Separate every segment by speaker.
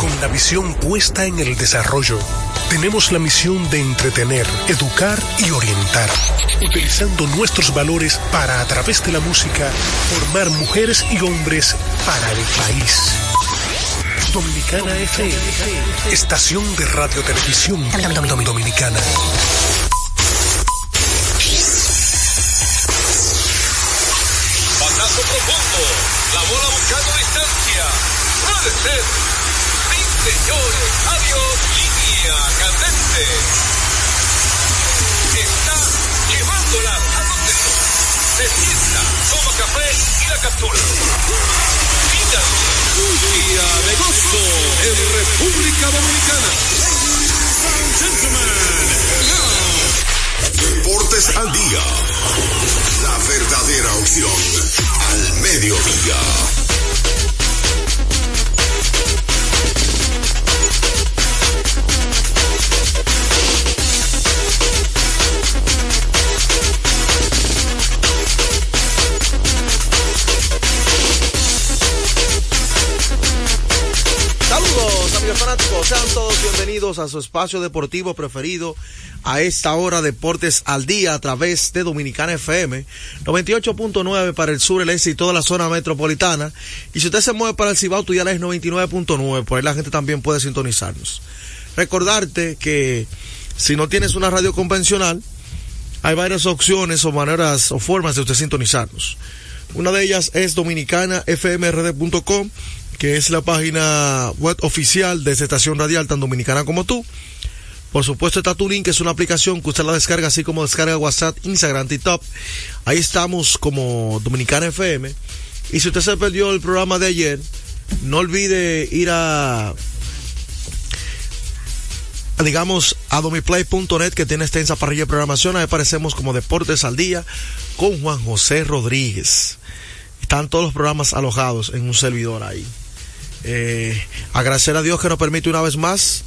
Speaker 1: Con la visión puesta en el desarrollo, tenemos la misión de entretener, educar y orientar, utilizando nuestros valores para, a través de la música, formar mujeres y hombres para el país. Dominicana FM, estación de radio televisión dominicana.
Speaker 2: Batazo profundo. La bola buscando distancia. Puede ser. Sí, señores. Adiós. Línea candente. Está llevándola. ¿A dónde no? Se sienta, toma café y la captura. Vida. Un día de gusto en República Dominicana.
Speaker 3: Deportes al día. La verdadera opción al mediodía.
Speaker 4: Saludos, amigos fanáticos. Sean todos bienvenidos a su espacio deportivo preferido. A esta hora, Deportes al Día a través de Dominicana FM 98.9 para el sur, el este y toda la zona metropolitana. Y si usted se mueve para el Cibao, tu dial es 99.9. Por ahí pues la gente también puede sintonizarnos. Recordarte que si no tienes una radio convencional, hay varias opciones o maneras o formas de usted sintonizarnos. Una de ellas es dominicanafmrd.com, que es la página web oficial de esta estación radial tan dominicana como tú. Por supuesto está Tulin, que es una aplicación que usted la descarga, así como descarga WhatsApp, Instagram, TikTok. Ahí estamos como Dominicana FM. Y si usted se perdió el programa de ayer, no olvide ir a digamos, a domiplay.net que tiene extensa parrilla de programación. Ahí aparecemos como Deportes al Día con Juan José Rodríguez. Están todos los programas alojados en un servidor ahí. Eh, agradecer a Dios que nos permite una vez más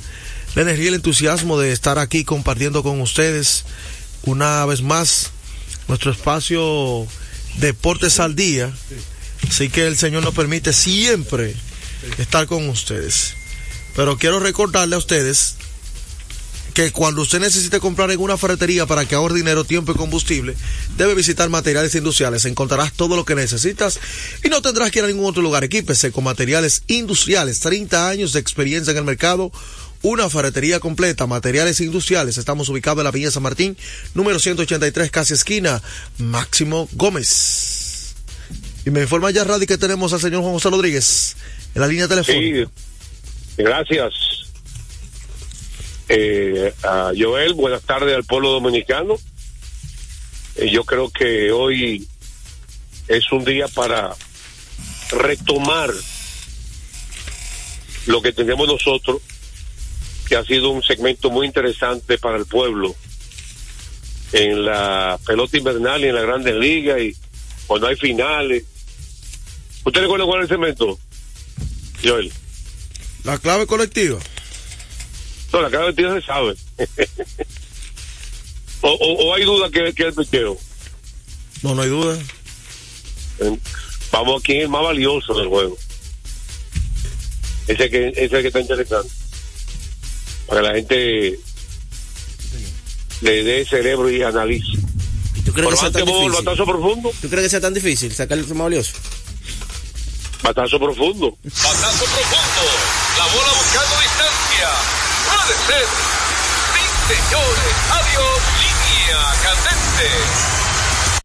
Speaker 4: la energía y el entusiasmo de estar aquí compartiendo con ustedes una vez más nuestro espacio Deportes al Día. Así que el Señor nos permite siempre estar con ustedes. Pero quiero recordarle a ustedes que cuando usted necesite comprar en una ferretería para que ahorre dinero, tiempo y combustible, debe visitar materiales industriales. Encontrarás todo lo que necesitas y no tendrás que ir a ningún otro lugar. Equípese con materiales industriales, 30 años de experiencia en el mercado. Una ferretería completa, materiales industriales. Estamos ubicados en la Villa San Martín, número 183, casi esquina, Máximo Gómez. Y me informa ya, Radi, que tenemos al señor Juan José Rodríguez en la línea telefónica.
Speaker 5: Sí, gracias. Eh, a Joel, buenas tardes al pueblo dominicano. Eh, yo creo que hoy es un día para retomar lo que tenemos nosotros, que ha sido un segmento muy interesante para el pueblo en la pelota invernal y en la Grandes Ligas y cuando hay finales. ¿Usted recuerda cuál es el segmento, Joel?
Speaker 4: La clave colectiva.
Speaker 5: No, la cara de tío se sabe. o, o- o hay duda que, que es el picheo.
Speaker 4: No, no hay duda.
Speaker 5: Eh, Vamos a quién es el más valioso del juego. Ese que, ese que está interesante. Para que la gente le dé cerebro y analice.
Speaker 6: ¿Tú crees,
Speaker 5: Pero
Speaker 6: que sea
Speaker 5: antes
Speaker 6: tan
Speaker 5: vamos al
Speaker 6: difícil?
Speaker 5: batazo profundo.
Speaker 6: ¿Tú crees que sea tan difícil sacar el más valioso?
Speaker 5: Batazo profundo.
Speaker 2: Batazo profundo. La bola buscando distancia. Puede ser. Sí, señores. Adiós. Línea candente.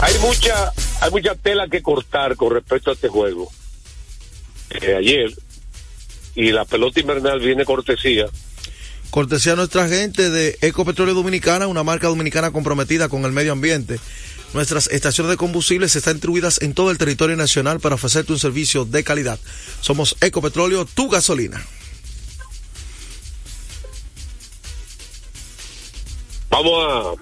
Speaker 5: hay mucha hay mucha tela que cortar con respecto a este juego Eh, ayer y la pelota invernal viene cortesía
Speaker 4: Cortesía a nuestra gente de Ecopetróleo Dominicana, una marca dominicana comprometida con el medio ambiente. Nuestras estaciones de combustibles están distribuidas en todo el territorio nacional para ofrecerte un servicio de calidad. Somos Ecopetróleo, tu gasolina.
Speaker 5: vamos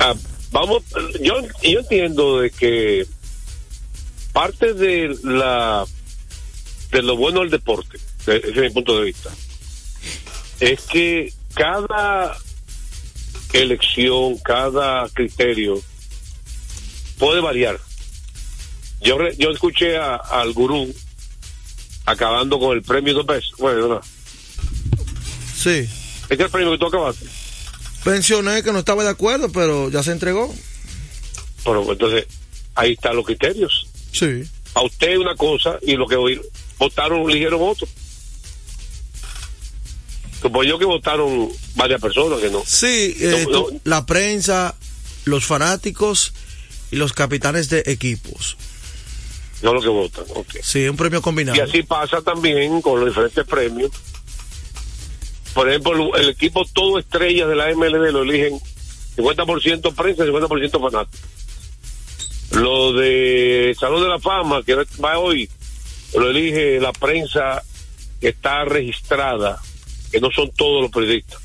Speaker 5: a, a- vamos yo yo entiendo de que parte de la de lo bueno del deporte de- ese es mi punto de vista es que cada elección cada criterio puede variar Yo, re- yo escuché a- al gurú acabando con el premio dos veces. Bueno, no.
Speaker 4: Sí.
Speaker 5: Este es el premio que tú acabaste.
Speaker 4: Mencioné que no estaba de acuerdo, pero ya se entregó.
Speaker 5: Pero pues entonces, ahí están los criterios.
Speaker 4: Sí.
Speaker 5: A usted una cosa y lo que hoy votaron ligero voto. Supongo yo que votaron varias personas que no.
Speaker 4: Sí, eh,
Speaker 5: No, no.
Speaker 4: tú- la prensa, los fanáticos y los capitanes de equipos.
Speaker 5: No lo que votan. ok.
Speaker 4: Sí, un premio combinado.
Speaker 5: Y así pasa también con los diferentes premios. Por ejemplo, el equipo todo estrellas de la MLB lo eligen 50% prensa, 50% fanático. Lo de Salón de la Fama, que va hoy, lo elige la prensa que está registrada, que no son todos los periodistas.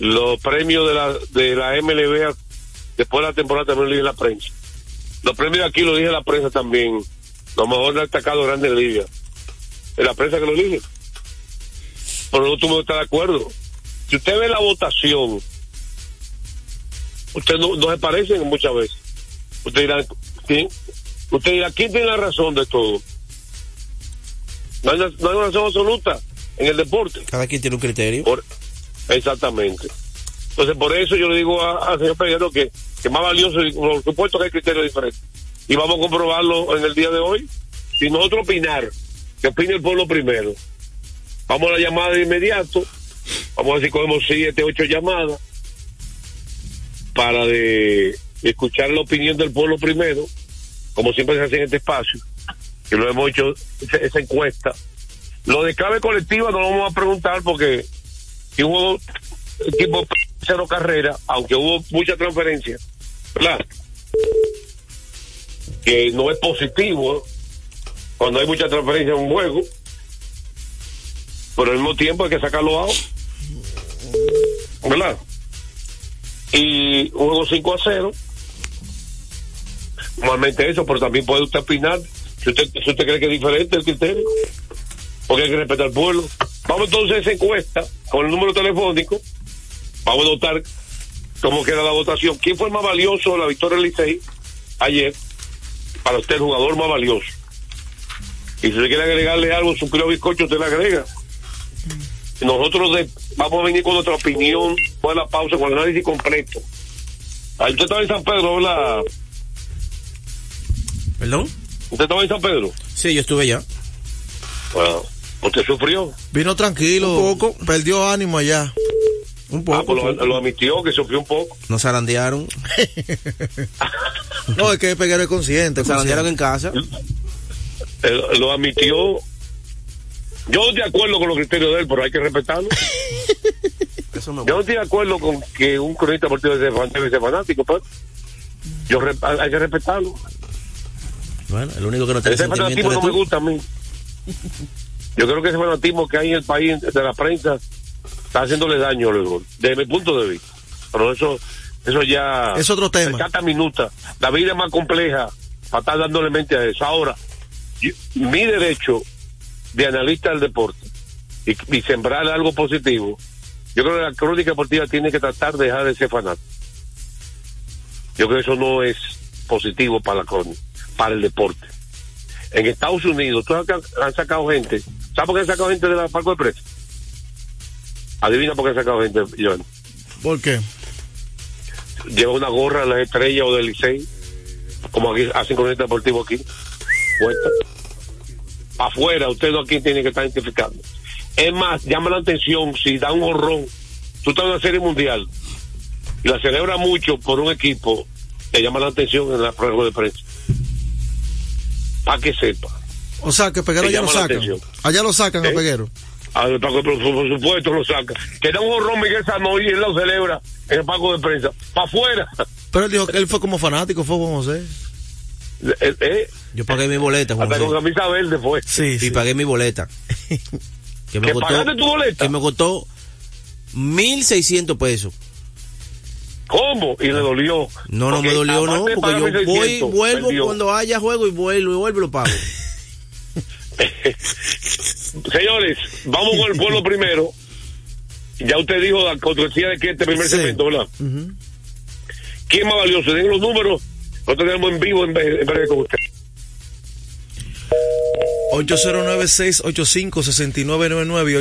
Speaker 5: Los premios de la, de la MLB a- después de la temporada también lo elige la prensa. Los premios de aquí lo elige la prensa también. Lo mejor no ha destacado Grandes Ligas. Es la prensa que lo elige. Pero no tú no estás de acuerdo. Si usted ve la votación, usted no, no se parecen muchas veces. Usted dirá, ¿quién? Usted dirá, ¿quién tiene la razón de todo? No hay, una- no hay una razón absoluta en el deporte.
Speaker 6: Cada quien tiene un criterio.
Speaker 5: Por- exactamente. Entonces, por eso yo le digo a- al señor Peguero que, que más valioso, y por supuesto que hay criterios diferentes. Y vamos a comprobarlo en el día de hoy. Si nosotros opinar, que opine el pueblo primero. Vamos a la llamada de inmediato. Vamos a ver si cogemos siete, ocho llamadas para de escuchar la opinión del pueblo primero, como siempre se hace en este espacio, que lo hemos hecho, esa, esa encuesta. Lo de clave colectiva no lo vamos a preguntar porque y hubo equipo cero carrera, aunque hubo mucha transferencia, ¿verdad? Que no es positivo cuando hay mucha transferencia en un juego, pero al mismo tiempo hay que sacarlo out, ¿verdad? Y un juego 5 a 0, normalmente eso, pero también puede usted opinar si usted, si usted cree que es diferente el criterio porque hay que respetar al pueblo. Vamos entonces a esa encuesta con el número telefónico. Vamos a votar cómo queda la votación. ¿Quién fue el más valioso de la victoria del Licey ayer? Para usted, el jugador más valioso. Y si usted quiere agregarle algo, su creo bizcocho, usted le agrega. Nosotros de- vamos a venir con nuestra opinión, con la pausa, con el análisis completo. Ahí usted estaba en San Pedro, ¿verdad?
Speaker 6: ¿Perdón?
Speaker 5: ¿Usted estaba en San Pedro?
Speaker 6: Sí, yo estuve ya.
Speaker 5: Bueno, usted sufrió. Ah,
Speaker 4: Vino tranquilo.
Speaker 6: Un poco.
Speaker 4: Perdió ánimo allá.
Speaker 6: Un
Speaker 5: Ah,
Speaker 6: poco.
Speaker 5: pues lo, lo admitió, que sufrió un poco.
Speaker 6: Nos zarandearon.
Speaker 4: No, es que Peguero es consciente.
Speaker 6: Nos zarandearon
Speaker 4: consciente.
Speaker 6: en casa.
Speaker 5: Él Eh, lo admitió. Yo de acuerdo con los criterios de él, pero hay que respetarlo.
Speaker 6: Eso me
Speaker 5: Yo no estoy de acuerdo con que un cronista deportivo sea fan- debe ser fanático, pero yo re- hay hay que respetarlo.
Speaker 6: Bueno, el único que no tiene
Speaker 5: Ese
Speaker 6: sentimiento
Speaker 5: fanatismo
Speaker 6: eres
Speaker 5: no me
Speaker 6: tú.
Speaker 5: gusta a mí. Yo creo que ese fanatismo que hay en el país de la prensa está haciéndole daño al béisbol, desde mi punto de vista. Pero eso eso ya
Speaker 4: Es otro tema.
Speaker 5: se cata minuta. La vida es más compleja para estar dándole mente a eso. Ahora, yo- mi derecho de analista del deporte y, y sembrar algo positivo, yo creo que la crónica deportiva tiene que tratar de dejar de ser fanático. Yo creo que eso no es positivo para la crónica, para el deporte. En Estados Unidos, tú sabes que han sacado gente. ¿Sabes por qué han sacado gente del Parque de Prensa? Adivina por qué han sacado gente, Joan.
Speaker 4: ¿Por qué?
Speaker 5: Lleva una gorra de las estrellas o del Licey, como aquí hacen con el deportivo aquí. Puesta. Afuera, usted no aquí tiene que estar identificando. Es más, llama la atención si da un horrón. Tú estás en una serie mundial y la celebra mucho por un equipo, te llama la atención en la prueba de prensa. Para que sepa.
Speaker 4: O sea, que Peguero
Speaker 5: Te
Speaker 4: ya lo
Speaker 5: llama la
Speaker 4: sacan.
Speaker 5: atención.
Speaker 4: Allá lo sacan a
Speaker 5: ¿Eh?
Speaker 4: Peguero.
Speaker 5: Ah, el Paco de Prensa, por supuesto, lo saca. Que da un horror Miguel Sanoy y él lo celebra en el Paco de Prensa. Para afuera.
Speaker 4: Pero él dijo que él fue como fanático, fue Juan José.
Speaker 5: Eh, eh,
Speaker 6: Yo pagué mi boleta, Juan
Speaker 5: hasta con
Speaker 6: José.
Speaker 5: camisa verde fue.
Speaker 4: Sí,
Speaker 6: Y pagué mi boleta. Que me
Speaker 5: ¿Que
Speaker 6: costó.
Speaker 5: pagaste tu boleta?
Speaker 6: Que me costó 1.600 pesos.
Speaker 5: ¿Cómo? Y le dolió.
Speaker 6: No, no
Speaker 5: Porque
Speaker 6: me dolió, no,
Speaker 5: aparte de
Speaker 6: porque
Speaker 5: pagar
Speaker 6: yo voy,
Speaker 5: 1600,
Speaker 6: vuelvo
Speaker 5: perdió.
Speaker 6: cuando haya juego y vuelvo y vuelvo y lo pago.
Speaker 5: Señores, vamos con el pueblo primero. Ya usted dijo la controversia de que este primer
Speaker 4: Sí.
Speaker 5: segmento, ¿verdad? ¿Quién más valioso? Den los números. Lo tenemos en vivo en breve, en breve con usted.
Speaker 4: 809-685-6999 y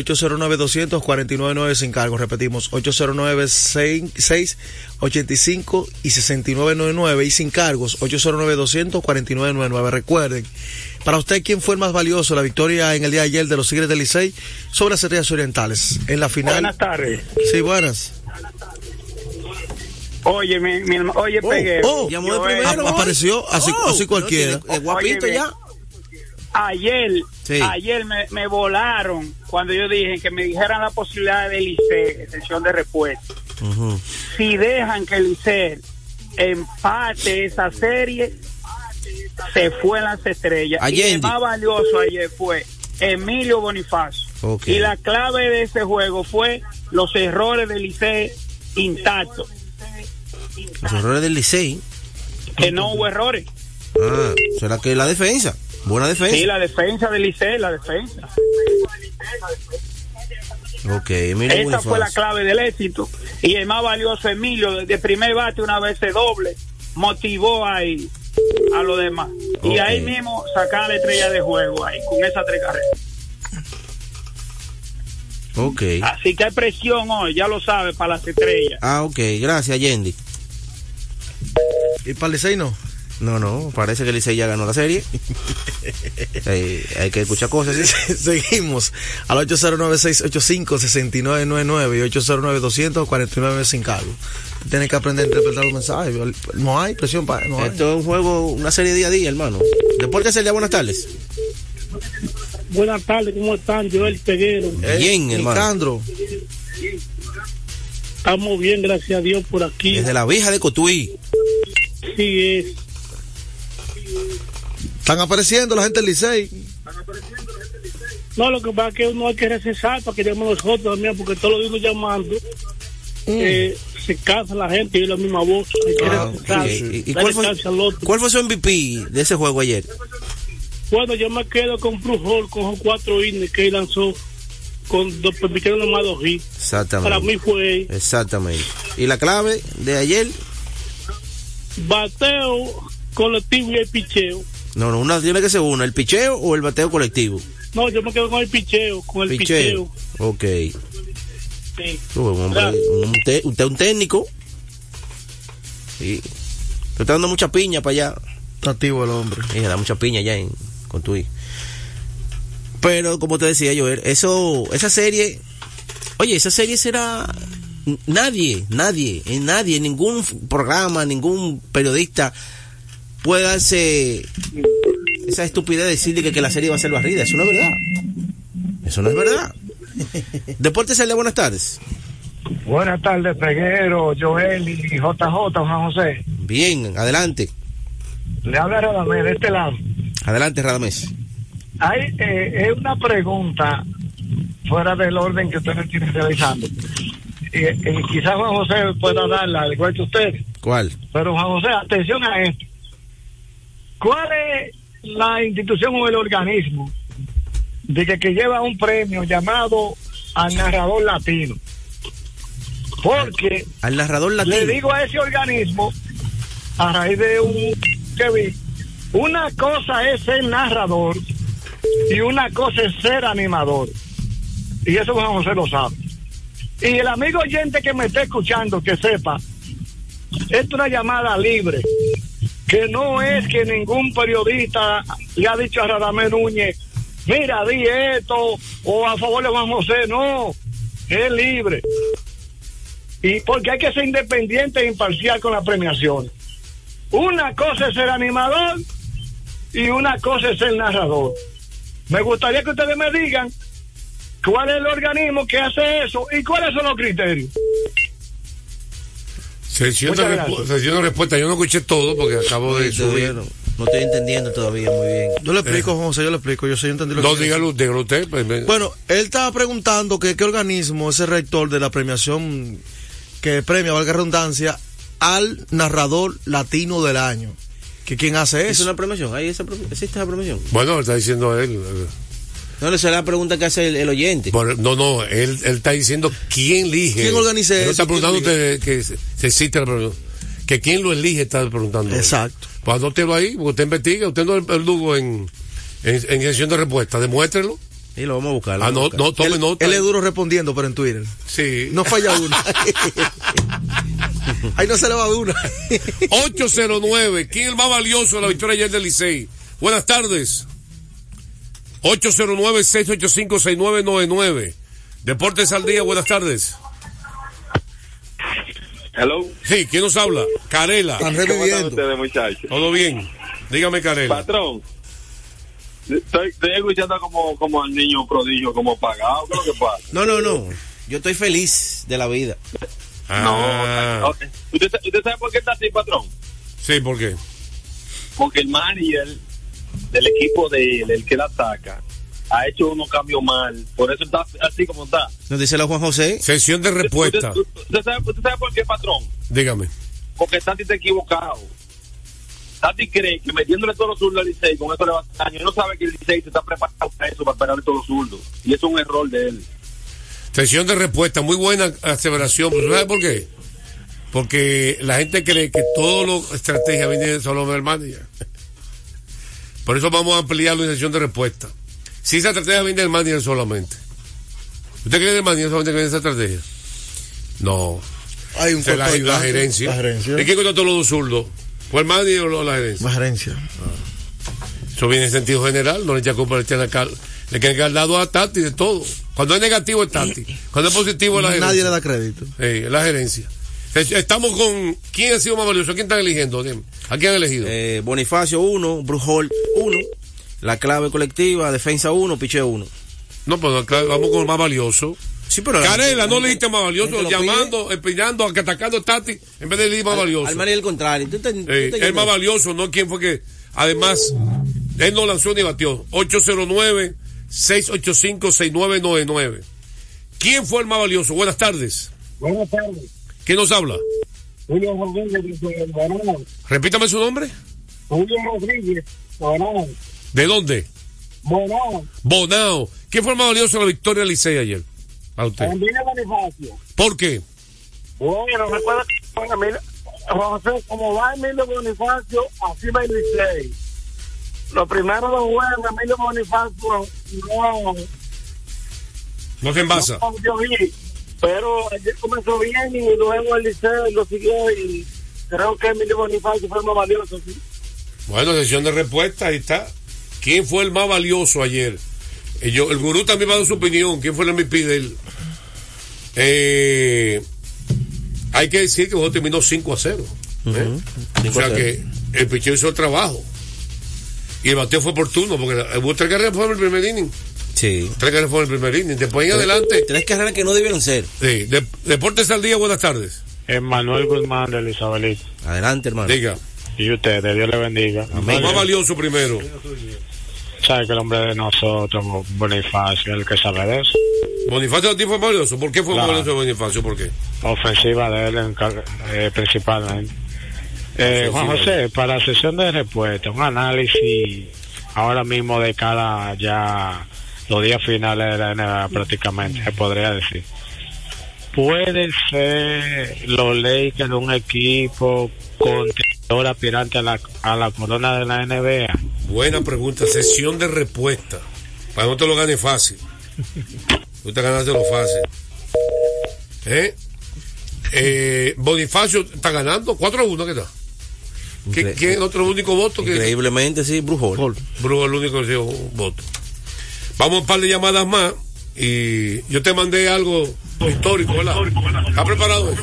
Speaker 4: 809-200-4999 sin cargo. Repetimos, 809-685 y 6999 y sin cargos, 809-200-4999. Recuerden, para usted, ¿quién fue el más valioso la victoria en el día de ayer de los Tigres del Licey sobre las Estrellas Orientales? En la final.
Speaker 7: Buenas tardes.
Speaker 4: Sí, buenas.
Speaker 7: Oye, mi, mi herma- oye,
Speaker 4: Oh,
Speaker 7: Peguero.
Speaker 4: oh,
Speaker 6: Llamó
Speaker 7: Yo eh, Oh.
Speaker 6: de primero.
Speaker 7: era-
Speaker 6: ¿no?
Speaker 4: apareció así- así
Speaker 6: no
Speaker 4: cualquiera.
Speaker 6: Oh, tiene- es guapito
Speaker 7: Oye,
Speaker 6: ya.
Speaker 7: Ayer,
Speaker 6: Sí.
Speaker 7: ayer me, me volaron cuando yo dije que me dijeran la posibilidad del ICE, extensión de repuesto.
Speaker 6: Ujú.
Speaker 7: Si dejan que el ICE empate esa serie, se fue las estrellas. Y
Speaker 6: Allende.
Speaker 7: el más valioso ayer fue Emilio Bonifacio.
Speaker 6: Ok.
Speaker 7: Y la clave de ese juego fue los errores del ICE intactos.
Speaker 6: Los errores del Licey.
Speaker 7: Que no hubo errores.
Speaker 6: Ah, ¿será que la defensa? Buena defensa.
Speaker 7: Sí, la defensa del ICE, la defensa.
Speaker 6: Ok, Emilio
Speaker 7: Esa fue la
Speaker 6: Bonifacio.
Speaker 7: clave del éxito. Y el más valioso Emilio, desde primer bate una vez se doble, motivó ahí a los demás. Y
Speaker 6: Ok.
Speaker 7: ahí mismo sacar la estrella de juego ahí, con esas tres carreras.
Speaker 6: Ok.
Speaker 7: Así que hay presión hoy, ya lo sabes, para las estrellas.
Speaker 6: Ah, ok. Gracias, Yendi.
Speaker 4: ¿Y para el Licey no?
Speaker 6: No, no, parece que el Licey ya ganó la serie. Eh, hay que escuchar cosas. ¿sí?
Speaker 4: Seguimos al 809-685-6999 y 809-200-49 sin cargo. Tienes que aprender a interpretar los mensajes. No hay presión para. No hay.
Speaker 6: Esto es un juego, una serie día a día, hermano. Deporte Celia, buenas tardes.
Speaker 8: Buenas tardes, ¿cómo están? Joel Peguero.
Speaker 4: Eh,
Speaker 6: Bien, hermano.
Speaker 4: Nicandro,
Speaker 8: Estamos bien, gracias a Dios por aquí.
Speaker 6: Desde la vieja de Cotuí.
Speaker 8: Sí es.
Speaker 4: están apareciendo la gente del Licey.
Speaker 8: No, lo que pasa es que uno hay que recesar para que llamen los otros también, porque todos los días llamando eh, se cansa la gente y oye la misma voz. Hay que
Speaker 6: Ah,
Speaker 8: recesar,
Speaker 6: ok. ¿Y- y
Speaker 8: darle
Speaker 6: cuál fue-
Speaker 8: chance al otro.
Speaker 6: ¿Cuál fue su MVP de ese juego ayer?
Speaker 8: Bueno, yo me quedo con Bruce Hall, con cuatro innings que él lanzó, con dos, permitieron nomás dos hits. Para mí
Speaker 6: Exactamente.
Speaker 8: fue él.
Speaker 6: Exactamente. Y la clave de ayer,
Speaker 8: bateo colectivo y el picheo.
Speaker 6: no, no, una tiene que ser una, el picheo o el bateo colectivo.
Speaker 8: No, yo me quedo con el picheo, con el picheo.
Speaker 6: Ok.
Speaker 8: Sí.
Speaker 6: Tú, un, hombre,
Speaker 8: Claro.
Speaker 6: un, te- usted es un técnico. Sí. Tú estás dando mucha piña para allá.
Speaker 4: Está activo el hombre.
Speaker 6: Ella da mucha piña allá en con tu hijo. Pero como te decía yo, eso, esa serie, oye, esa serie será nadie, nadie, en nadie, ningún f- programa, ningún periodista puede darse esa estupidez de decirle que, que la serie va a ser barrida. Eso no es verdad. Eso no es verdad. Deportes Celia, buenas tardes.
Speaker 9: Buenas tardes, Peguero, Joel y JJ, Juan José.
Speaker 6: Bien, adelante.
Speaker 9: Le habla Radamés de este lado.
Speaker 6: Adelante, Radamés.
Speaker 9: Hay eh, es una pregunta fuera del orden que ustedes tienen realizando. Eh, eh, quizás Juan José pueda darla, al igual que ustedes.
Speaker 6: ¿Cuál?
Speaker 9: Pero Juan José, atención a esto. ¿Cuál es la institución o el organismo de que, que lleva un premio llamado al narrador latino? Porque
Speaker 6: Al narrador latino.
Speaker 9: le digo a ese organismo, a raíz de un que vi, una cosa es ser narrador y una cosa es ser animador. Y eso Juan José lo sabe. Y el amigo oyente que me está escuchando, que sepa, esto es una llamada libre, que no es que ningún periodista le ha dicho a Radamés Núñez, mira, di esto, o a favor de Juan José, no, es libre y porque hay que ser independiente e imparcial con la premiación. Una cosa es ser animador y una cosa es ser narrador. Me gustaría que ustedes me digan cuál es el organismo que hace eso y cuáles son los criterios.
Speaker 2: Sesión de,
Speaker 9: Muchas
Speaker 2: repu-
Speaker 9: gracias.
Speaker 2: sesión de respuesta. Yo no escuché todo porque acabo de
Speaker 6: Todavía
Speaker 2: subir.
Speaker 6: no, no estoy entendiendo todavía muy bien.
Speaker 4: Yo le explico, José, yo le explico. Yo soy entendido.
Speaker 2: No, dígalo, dígalo usted. pues, me-
Speaker 4: Bueno, él estaba preguntando que qué organismo es el rector de la premiación que premia, valga la redundancia, al narrador latino del año. Que quién hace
Speaker 6: ¿Es
Speaker 4: eso.
Speaker 6: una promoción? ¿Hay esa promoción? ¿Existe esa promoción?
Speaker 2: Bueno, está diciendo él. eh,
Speaker 6: No, esa es la pregunta que hace el, el oyente.
Speaker 2: por- no, no, él, él está diciendo quién elige.
Speaker 4: ¿Quién organiza
Speaker 2: Él
Speaker 4: eso?
Speaker 2: está preguntando
Speaker 4: ¿Quién
Speaker 2: usted que se se existe la pregunta. Que quién lo elige está preguntando.
Speaker 4: Exacto.
Speaker 2: Pues anótelo ahí, porque usted investiga, usted no es el verdugo en,
Speaker 5: en, en sesión de respuesta. Demuéstrelo.
Speaker 6: Y lo vamos a buscar. lo
Speaker 5: Ah, no,
Speaker 6: vamos a
Speaker 5: no,
Speaker 6: buscar.
Speaker 5: tome
Speaker 4: él,
Speaker 5: nota.
Speaker 4: él es duro respondiendo, pero en Twitter.
Speaker 5: Sí.
Speaker 4: No falla uno. Ahí no se le va de una.
Speaker 5: 809. ¿Quién es el más valioso de la victoria ayer del Licey? Buenas tardes. 809-685-6999. Deportes al día, buenas tardes.
Speaker 10: Hello. Ah.
Speaker 5: Sí, ¿quién nos habla? Carela.
Speaker 4: Están
Speaker 10: ¿Cómo están
Speaker 4: reviviendo.
Speaker 10: ustedes, muchachos?
Speaker 5: Todo bien. Dígame, Carela.
Speaker 10: Patrón, estoy, estoy escuchando como, como al niño prodigio, como pagado. ¿Qué es lo que pasa?
Speaker 6: No, no, no. Yo estoy feliz de la vida.
Speaker 5: Ah,
Speaker 10: No, no. ¿Usted, sa- ¿Usted sabe por qué está así, patrón?
Speaker 5: Sí, ¿por qué?
Speaker 10: Porque el manager del equipo de él, el que la ataca, ha hecho unos cambios mal. Por eso está así como está.
Speaker 6: Nos dice la Juan José.
Speaker 5: Sesión de respuesta.
Speaker 10: ¿Usted, usted sabe, usted sabe por qué, patrón?
Speaker 5: Dígame.
Speaker 10: Porque Santi está equivocado. Santi cree que metiéndole todos los zurdos al Licey, con eso le va a hacer daño. Él no sabe que el Licey se está preparando para eso, para pegarle todos los zurdos. Y eso es un error de él.
Speaker 5: Sesión de respuesta, muy buena aseveración. ¿Pero ¿Sabe por qué? Porque la gente cree que todo lo estrategia viene de solo del manager. Por eso vamos a ampliarlo en sesión de respuesta. Si esa estrategia viene del manager solamente. ¿Usted cree del manager solamente que viene esa estrategia? No.
Speaker 4: Hay un
Speaker 5: Se la,
Speaker 4: cuerpo
Speaker 5: la
Speaker 4: de-
Speaker 5: gerencia.
Speaker 4: La gerencia.
Speaker 5: ¿Y quién contrató los dos zurdos? ¿Fue el manager o la gerencia?
Speaker 4: La gerencia.
Speaker 5: Eso viene en sentido general, no le echa culpa, le echa la cal- Le quieren dar lado a Tati de todo. Cuando es negativo es Tati. Cuando es positivo es la gerencia.
Speaker 4: Nadie le da crédito.
Speaker 5: Sí, la gerencia. Es- Estamos con. ¿Quién ha sido más valioso? ¿Quién están eligiendo? Dime. ¿A quién han elegido?
Speaker 6: Eh, Bonifacio 1, Brujol 1. La clave colectiva, defensa 1, piche 1.
Speaker 5: No, pues claro, vamos con el más valioso.
Speaker 6: Sí, pero la-
Speaker 5: Carela, no le
Speaker 6: la-
Speaker 5: dijiste más
Speaker 6: la
Speaker 5: valioso,
Speaker 6: gente lo
Speaker 5: llamando, opinando, atacando a Tati, en vez de elegir más
Speaker 6: Al-
Speaker 5: valioso.
Speaker 6: Al María el contrario. Tú te- tú
Speaker 5: Eh,
Speaker 6: te
Speaker 5: el más
Speaker 6: llamas.
Speaker 5: valioso, ¿no? ¿Quién fue que.? Además, él no lanzó ni batió. 809-685-6999. ¿Quién fue el más valioso? Buenas tardes.
Speaker 9: Buenas tardes.
Speaker 5: ¿Quién nos habla?
Speaker 9: Julio Rodríguez, de Alvarado.
Speaker 5: Repítame su nombre.
Speaker 9: Julio Rodríguez, Morado.
Speaker 5: ¿De dónde?
Speaker 9: Morado.
Speaker 5: Bonao. ¿Quién fue el más valioso de la victoria del Licey ayer? A usted.
Speaker 9: También es Bonifacio.
Speaker 5: ¿Por qué?
Speaker 9: Bueno, recuerda que bueno, Emilio- Juan José, como va Emilio Bonifacio, así va el Licey. Los primeros dos juegos, Emilio Bonifacio no,
Speaker 5: No se envasa.
Speaker 9: no cambió bien, pero ayer comenzó bien y luego el Licey lo siguió y creo que Emilio Bonifacio fue el más valioso. ¿sí?
Speaker 5: Bueno, sesión de respuesta, ahí está. ¿Quién fue el más valioso ayer? Eh, yo- el gurú también va a dar su opinión. ¿Quién fue el MVP de él? Eh, hay que decir que el juego terminó 5 a 0. ¿eh? O sea que el picheo hizo el trabajo. Y el bateo fue oportuno, porque la- hubo tres carreras fueron el primer inning.
Speaker 6: Sí.
Speaker 5: Tres carreras fueron el primer inning. Después en adelante.
Speaker 6: Tres carreras que no debieron ser.
Speaker 5: Sí, de- Deportes al día, buenas tardes.
Speaker 9: Emanuel Guzmán de Elizabeth.
Speaker 6: Adelante, hermano.
Speaker 5: Diga.
Speaker 9: Y ustedes, Dios le bendiga.
Speaker 5: El más valioso primero.
Speaker 9: Sabe que el hombre de nosotros, Bonifacio, el que sabe de eso.
Speaker 5: Bonifacio a ti fue valioso. ¿Por qué fue
Speaker 9: Claro.
Speaker 5: valioso Bonifacio? ¿Por qué?
Speaker 9: ofensiva de él en car- eh, principalmente. Eh, Juan José, para sesión de respuesta, un análisis ahora mismo de cara ya los días finales de la NBA prácticamente, se podría decir. ¿Puede ser los Lakers un equipo contendor aspirante a la, a la corona de la NBA?
Speaker 5: Buena pregunta. Sesión de respuesta. Para que no te lo ganes fácil. Tú te ganaste lo fácil. ¿Eh? Eh, Bonifacio está ganando 4 a 1. ¿Qué tal? ¿Qué,
Speaker 6: Incre-
Speaker 5: ¿Quién otro único voto? Que
Speaker 6: Increíblemente, sí, Brujol.
Speaker 5: Brujo es el único que dio un voto. Vamos a un par de llamadas más. Y yo te mandé algo histórico, ¿verdad? ¿Estás preparado?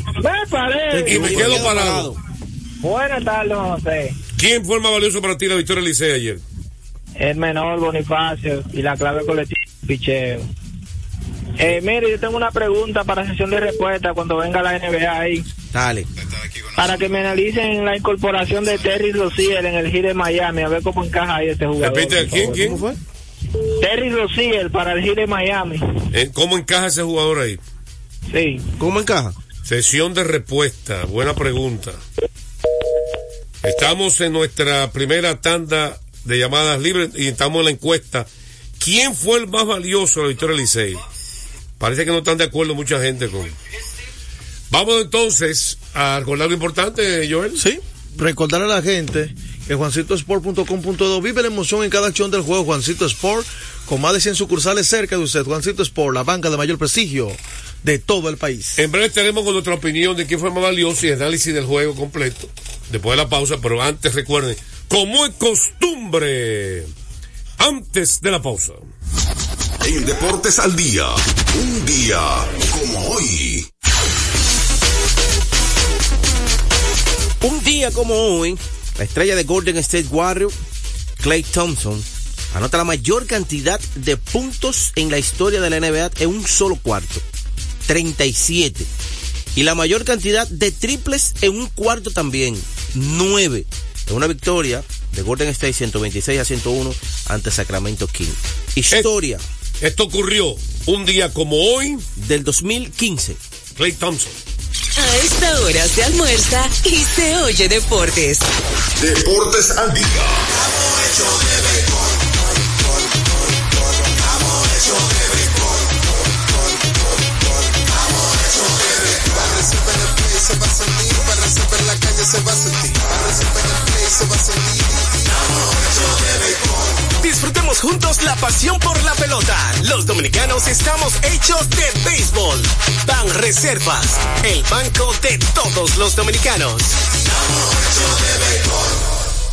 Speaker 9: ¡Me
Speaker 5: Y me quedo
Speaker 6: quedo
Speaker 5: parado.
Speaker 9: Buenas tardes, José.
Speaker 5: ¿Quién fue el más valioso para ti la victoria del Licey ayer?
Speaker 9: el menor Bonifacio y la clave colectiva picheo. Eh, mire, yo tengo una pregunta para sesión de respuesta cuando venga la NBA ahí.
Speaker 6: Dale.
Speaker 9: Para que me analicen la incorporación de Terry Rociel en el Heat de Miami, a ver cómo encaja ahí este jugador.
Speaker 5: Repite,
Speaker 9: por
Speaker 5: ¿quién?
Speaker 9: favor.
Speaker 5: ¿Quién?
Speaker 9: Terry Rociel para el Heat de Miami.
Speaker 5: Eh, ¿Cómo encaja ese jugador ahí?
Speaker 9: Sí.
Speaker 6: ¿Cómo encaja?
Speaker 5: Sesión de respuesta. Buena pregunta. Estamos en nuestra primera tanda de llamadas libres y estamos en la encuesta. ¿Quién fue el más valioso de la victoria del Licey? Parece que no están de acuerdo mucha gente con. Vamos entonces a recordar lo importante, Joel.
Speaker 4: Sí, recordarle a la gente en juancitosport.com.do. Vive la emoción en cada acción del juego Juancito Sport, con más de 100 sucursales cerca de usted. Juancito Sport, la banca de mayor prestigio de todo el país.
Speaker 5: En breve tenemos con nuestra opinión de quién fue más valioso y análisis del juego completo. Después de la pausa, pero antes recuerden, como es costumbre, antes de la pausa.
Speaker 3: En Deportes al Día, un día como hoy.
Speaker 6: Un día como hoy, la estrella de Golden State Warriors, Clay Thompson, anota la mayor cantidad de puntos en la historia de la NBA en un solo cuarto, 37. Y la mayor cantidad de triples en un cuarto también, 9. En una victoria de Golden State 126 a 101 ante Sacramento King. Historia.
Speaker 5: Esto ocurrió un día como hoy
Speaker 6: del 2015.
Speaker 5: Clay Thompson.
Speaker 11: A esta hora se almuerza y se oye deportes.
Speaker 3: Deportes al Día.
Speaker 12: Disfrutemos juntos la pasión por la pelota. Los dominicanos estamos hechos de béisbol. Ban Reservas, el banco de todos los dominicanos.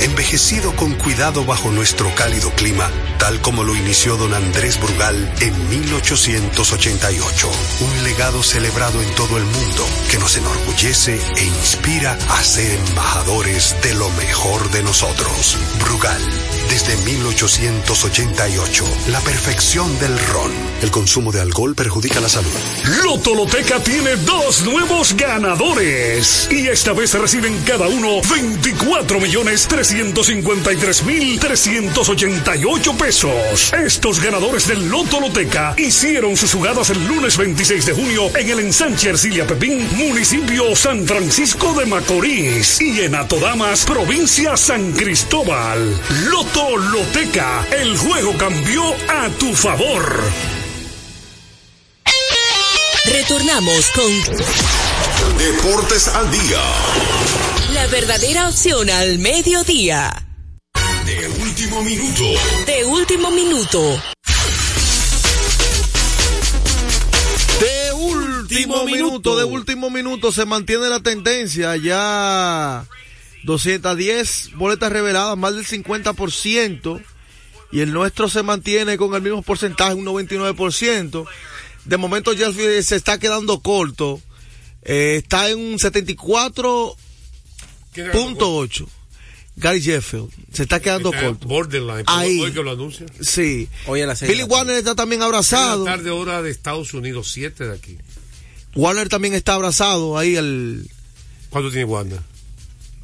Speaker 13: envejecido con cuidado bajo nuestro cálido clima, tal como lo inició don Andrés Brugal en 1888. Un legado celebrado en todo el mundo que nos enorgullece e inspira a ser embajadores de lo mejor de nosotros. Brugal, desde 1888, la perfección del ron. El consumo de alcohol perjudica la salud.
Speaker 14: Lotoloteca tiene dos nuevos ganadores. Y esta vez reciben cada uno 24 millones 353 mil 388 pesos. Estos ganadores del Lotoloteca hicieron sus jugadas el lunes 26 de junio en el ensanche Ercilia Pepín, municipio San Francisco de Macorís. Y en Atodamas, provincia San Cristóbal. Lotoloteca, el juego cambió a tu favor.
Speaker 11: Retornamos con
Speaker 3: Deportes al Día.
Speaker 11: La verdadera opción al mediodía.
Speaker 3: De último minuto.
Speaker 11: De último minuto.
Speaker 4: De último minuto, de último minuto se mantiene la tendencia. Ya 210 boletas reveladas, más del 50%. Y el nuestro se mantiene con el mismo porcentaje, un 99%. De momento ya se está quedando corto. Eh, está en un 74.8. Gary Jeffield se está quedando
Speaker 5: Está
Speaker 4: corto.
Speaker 5: Borderline.
Speaker 4: Ahí.
Speaker 5: Hoy que lo anuncia.
Speaker 4: Sí.
Speaker 6: Hoy a las seis
Speaker 4: Billy
Speaker 6: de la tarde.
Speaker 4: Warner está también abrazado.
Speaker 5: En la tarde hora de Estados Unidos, 7 de aquí.
Speaker 4: Warner también está abrazado ahí al
Speaker 5: ¿Cuánto tiene Wanda?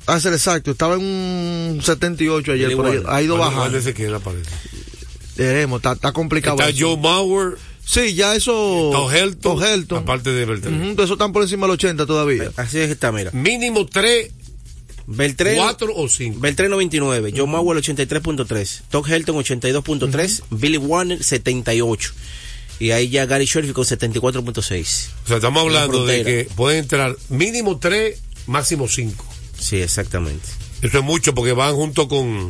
Speaker 4: a Ah, ser exacto, estaba en un 78 ayer,
Speaker 5: Billy
Speaker 4: pero
Speaker 5: Wanda.
Speaker 4: ha ido
Speaker 5: Wanda-
Speaker 4: bajando.
Speaker 5: Wanda se queda en la pared.
Speaker 4: Veremos, está, está complicado.
Speaker 5: Está
Speaker 4: eso.
Speaker 5: Joe Mauer,
Speaker 4: Sí, ya eso.
Speaker 5: Tom Helton,
Speaker 4: Tom Oh, Helton.
Speaker 5: aparte de Beltrán.
Speaker 4: Ujú, de eso están por encima del 80 todavía.
Speaker 6: Así es esta, mira.
Speaker 5: Mínimo 3,
Speaker 6: Beltré.
Speaker 5: 4 o 5.
Speaker 6: Beltré 99, John Mauer 83.3, Todd Helton 82.3, Billy Warner 78. Y ahí ya Gary Sherfield con 74.6.
Speaker 5: O sea, estamos
Speaker 6: La
Speaker 5: hablando de
Speaker 6: frontera.
Speaker 5: que pueden entrar mínimo 3, máximo 5.
Speaker 6: Sí, exactamente.
Speaker 5: Eso es mucho porque van junto con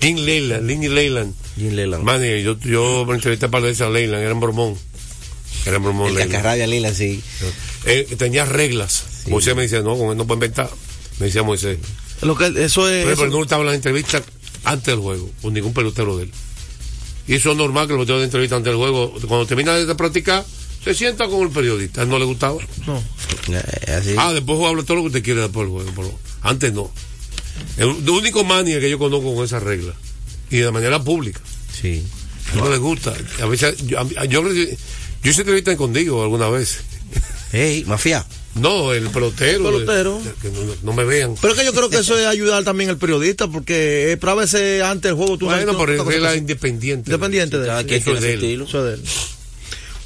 Speaker 5: Jim Leyland, Lindy Leyland.
Speaker 6: Jim Leland.
Speaker 5: Manager, yo, yo me entrevisté para de esas Leyland, eran Mormón. Eran Mormón
Speaker 6: el
Speaker 5: Leyland.
Speaker 6: Cacarraya Lila, sí.
Speaker 5: Eh, tenía reglas. Moisés me decía, no, con él no pueden inventar. Me decía Moisés.
Speaker 4: Lo que, eso es.
Speaker 5: Pero,
Speaker 4: eso-
Speaker 5: pero no estaba en las entrevistas antes del juego, con ningún pelotero de él. Y eso es normal que los peloteros de entrevista antes del juego, cuando termina de practicar, se sienta con el periodista. A él no le gustaba.
Speaker 4: no.
Speaker 6: Eh, así.
Speaker 5: Ah, después juega, habla todo lo que usted quiera después del juego, pero antes no. El único mania que yo conozco con esa regla. Y de manera pública.
Speaker 6: Sí.
Speaker 5: No le gusta. A veces, yo, a- yo, yo hice entrevista contigo alguna vez.
Speaker 6: Ey, mafia.
Speaker 5: No, el pelotero.
Speaker 4: Pelotero.
Speaker 5: de- que no, no me vean.
Speaker 4: Pero es que yo creo que eso es ayudar también al periodista, porque eh, pero a veces antes del juego tú
Speaker 5: Bueno,
Speaker 4: sabes
Speaker 5: por
Speaker 4: otra cosa que
Speaker 5: regla
Speaker 4: sí.
Speaker 5: independiente.
Speaker 4: Dependiente de
Speaker 6: Cada
Speaker 4: él.
Speaker 6: quien
Speaker 5: Eso
Speaker 6: tiene
Speaker 5: es
Speaker 6: su
Speaker 5: de él.
Speaker 6: estilo.
Speaker 4: Eso es de él.